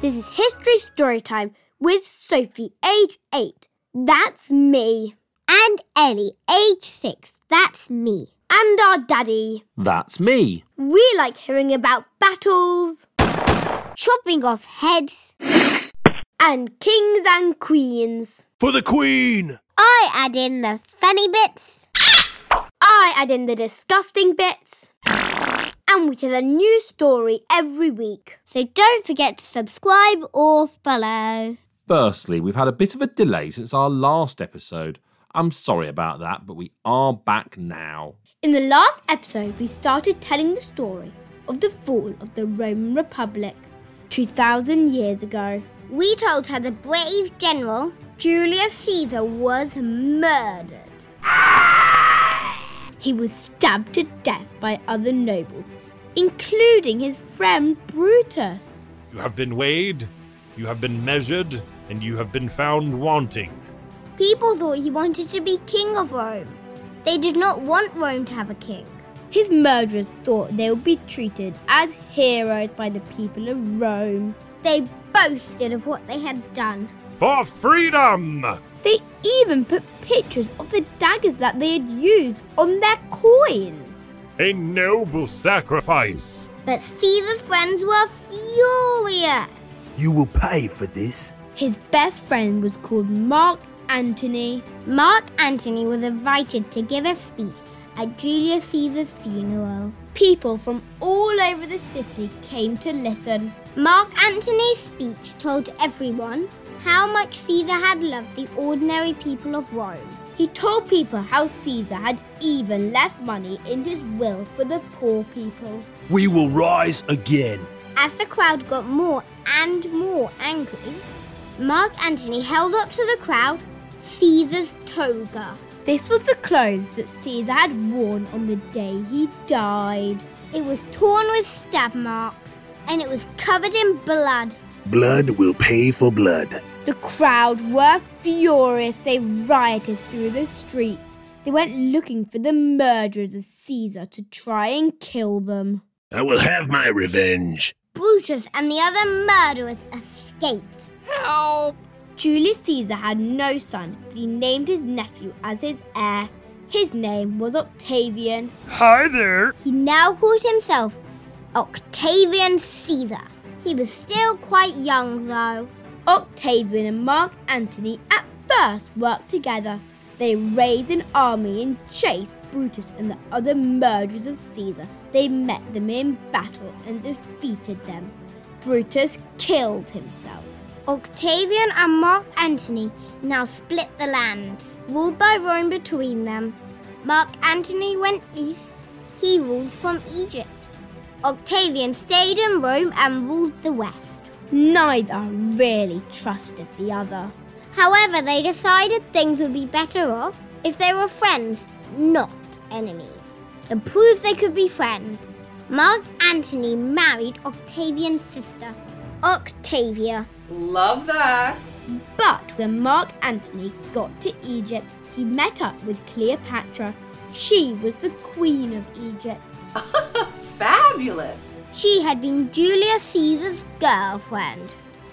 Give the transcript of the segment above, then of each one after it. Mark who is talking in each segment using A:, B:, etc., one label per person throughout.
A: This is History story time with Sophie, age 8. That's me.
B: And Ellie, age six. That's me.
A: And our daddy.
C: That's me.
A: We like hearing about battles
B: Chopping off heads.
A: and kings and queens.
D: For the Queen!
B: I add in the funny bits.
A: I add in the disgusting bits. And we tell a new story every week.
B: So don't forget to subscribe or follow.
C: Firstly, we've had a bit of a delay since our last episode. I'm sorry about that, but we are back now.
A: In the last episode, we started telling the story of the fall of the Roman Republic 2,000 years ago.
B: We told her the brave general, Julius Caesar, was murdered.
A: He was stabbed to death by other nobles, including his friend Brutus.
D: You have been weighed, you have been measured, and you have been found wanting.
B: People thought he wanted to be king of Rome. They did not want Rome to have a king.
A: His murderers thought they would be treated as heroes by the people of Rome.
B: They boasted of what they had done.
D: For freedom!
A: They even put pictures of the daggers that they had used on their coins.
D: A noble sacrifice!
B: But Caesar's friends were furious.
E: You will pay for this.
A: His best friend was called Mark Antony.
B: Mark Antony was invited to give a speech at Julius Caesar's funeral.
A: People from all over the city came to listen.
B: Mark Antony's speech told everyone how much Caesar had loved the ordinary people of Rome.
A: He told people how Caesar had even left money in his will for the poor people.
E: We will rise again.
B: As the crowd got more and more angry, Mark Antony held up to the crowd Caesar's toga.
A: This was the clothes that Caesar had worn on the day he died.
B: It was torn with stab marks and it was covered in blood.
E: Blood will pay for blood.
A: The crowd were furious. They rioted through the streets. They went looking for the murderers of Caesar to try and kill them.
E: I will have my revenge.
B: Brutus and the other murderers escaped.
A: Julius Caesar had no son, but he named his nephew as his heir. His name was Octavian.
D: Hi there!
B: He now called himself Octavian Caesar. He was still quite young though.
A: Octavian and Mark Antony at first worked together. They raised an army and chased Brutus and the other murderers of Caesar. They met them in battle and defeated them. Brutus killed himself.
B: Octavian and Mark Antony now split the lands, ruled by Rome between them. Mark Antony went east, he ruled from Egypt. Octavian stayed in Rome and ruled the west.
A: Neither really trusted the other.
B: However, they decided things would be better off if they were friends, not enemies. To prove they could be friends, Mark Antony married Octavian's sister, Octavia.
F: Love that.
A: But when Mark Antony got to Egypt, he met up with Cleopatra. She was the queen of Egypt.
F: Fabulous.
B: She had been Julius Caesar's girlfriend.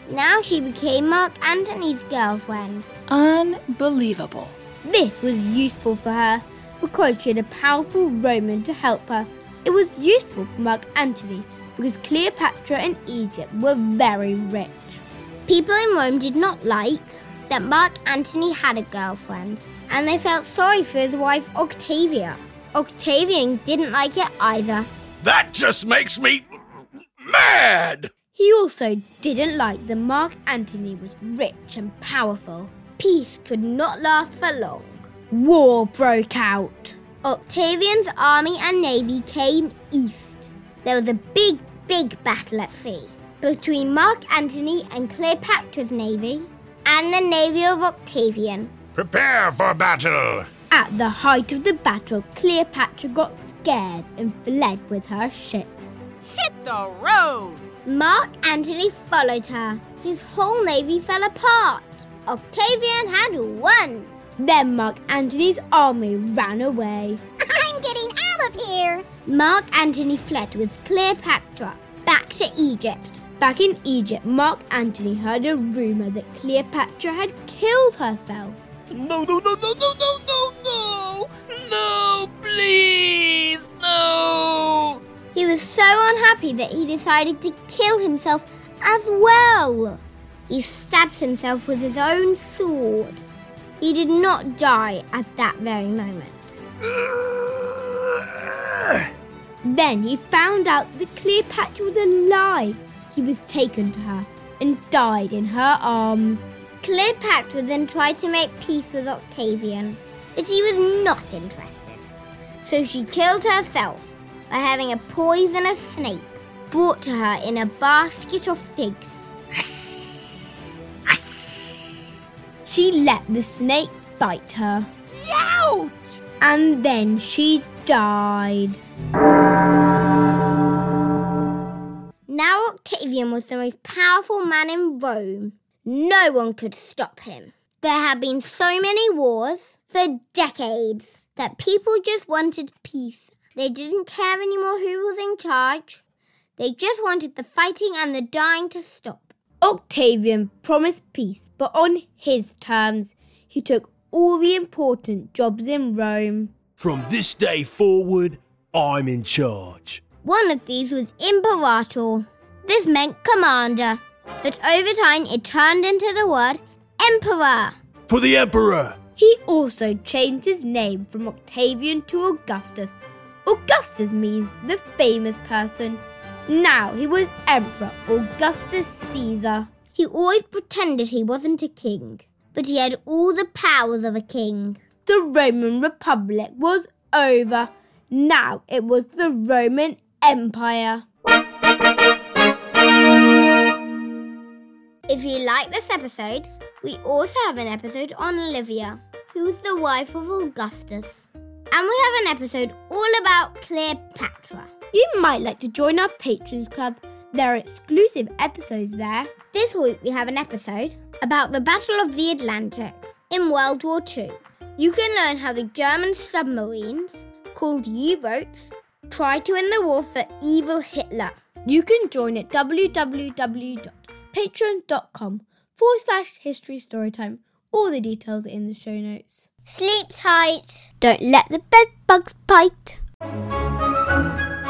B: Now she became Mark Antony's girlfriend.
G: Unbelievable.
A: This was useful for her because she had a powerful Roman to help her. It was useful for Mark Antony because Cleopatra and Egypt were very rich.
B: People in Rome did not like that Mark Antony had a girlfriend, and they felt sorry for his wife Octavia. Octavian didn't like it either.
E: That just makes me mad!
A: He also didn't like that Mark Antony was rich and powerful.
B: Peace could not last for long.
A: War broke out.
B: Octavian's army and navy came east. There was a big, big battle at sea between Mark Antony and Cleopatra's navy and the navy of Octavian.
D: Prepare for battle!
A: At the height of the battle, Cleopatra got scared and fled with her ships.
B: Mark Antony followed her. His whole navy fell apart. Octavian had won.
A: Then Mark Antony's army ran away.
B: I'm getting out of here. Mark Antony fled with Cleopatra back to Egypt.
D: Back in Egypt, Mark Antony heard a rumour that Cleopatra had killed herself.
H: No, no, no, no, no, no, no, no! No, please, no!
A: He was so unhappy that he decided to kill himself as well. He stabbed himself with his own sword. He did not die at that very moment.
E: Uh,
D: Then he found out that Cleopatra was alive. He was taken to her and died in her arms.
A: Cleopatra then tried to make peace with Octavian, but he was not interested. So she killed herself by having a poisonous snake brought to her in a basket of figs.
D: She let the snake bite her. And then she died.
A: Now Octavian was the most powerful man in Rome. No one could stop him. There had been so many wars for decades that people just wanted peace. They didn't care anymore who was in charge. They just wanted the fighting and the dying to stop.
D: Octavian promised peace, but on his terms. He took all the important jobs in Rome.
I: From this day forward, I'm in charge.
A: One of these was imperator. This meant commander, but over time it turned into the word emperor.
I: For the Emperor!
D: He also changed his name from Octavian to Augustus. Augustus means the famous person. Now he was Emperor Augustus Caesar.
A: He always pretended he wasn't a king, but he had all the powers of a king.
D: The Roman Republic was over. Now it was the Roman Empire.
A: If you like this episode, we also have an episode on Olivia, who was the wife of Augustus. And we have an episode all about Cleopatra.
D: You might like to join our Patrons Club. There are exclusive episodes there.
A: This week we have an episode about the Battle of the Atlantic in World War II. You can learn how the German submarines, called U boats, tried to win the war for evil Hitler.
D: You can join at www.patreon.com forward slash history storytime. All the details are in the show notes.
A: Sleep tight.
D: Don't let the bed bugs bite.
A: Thank you.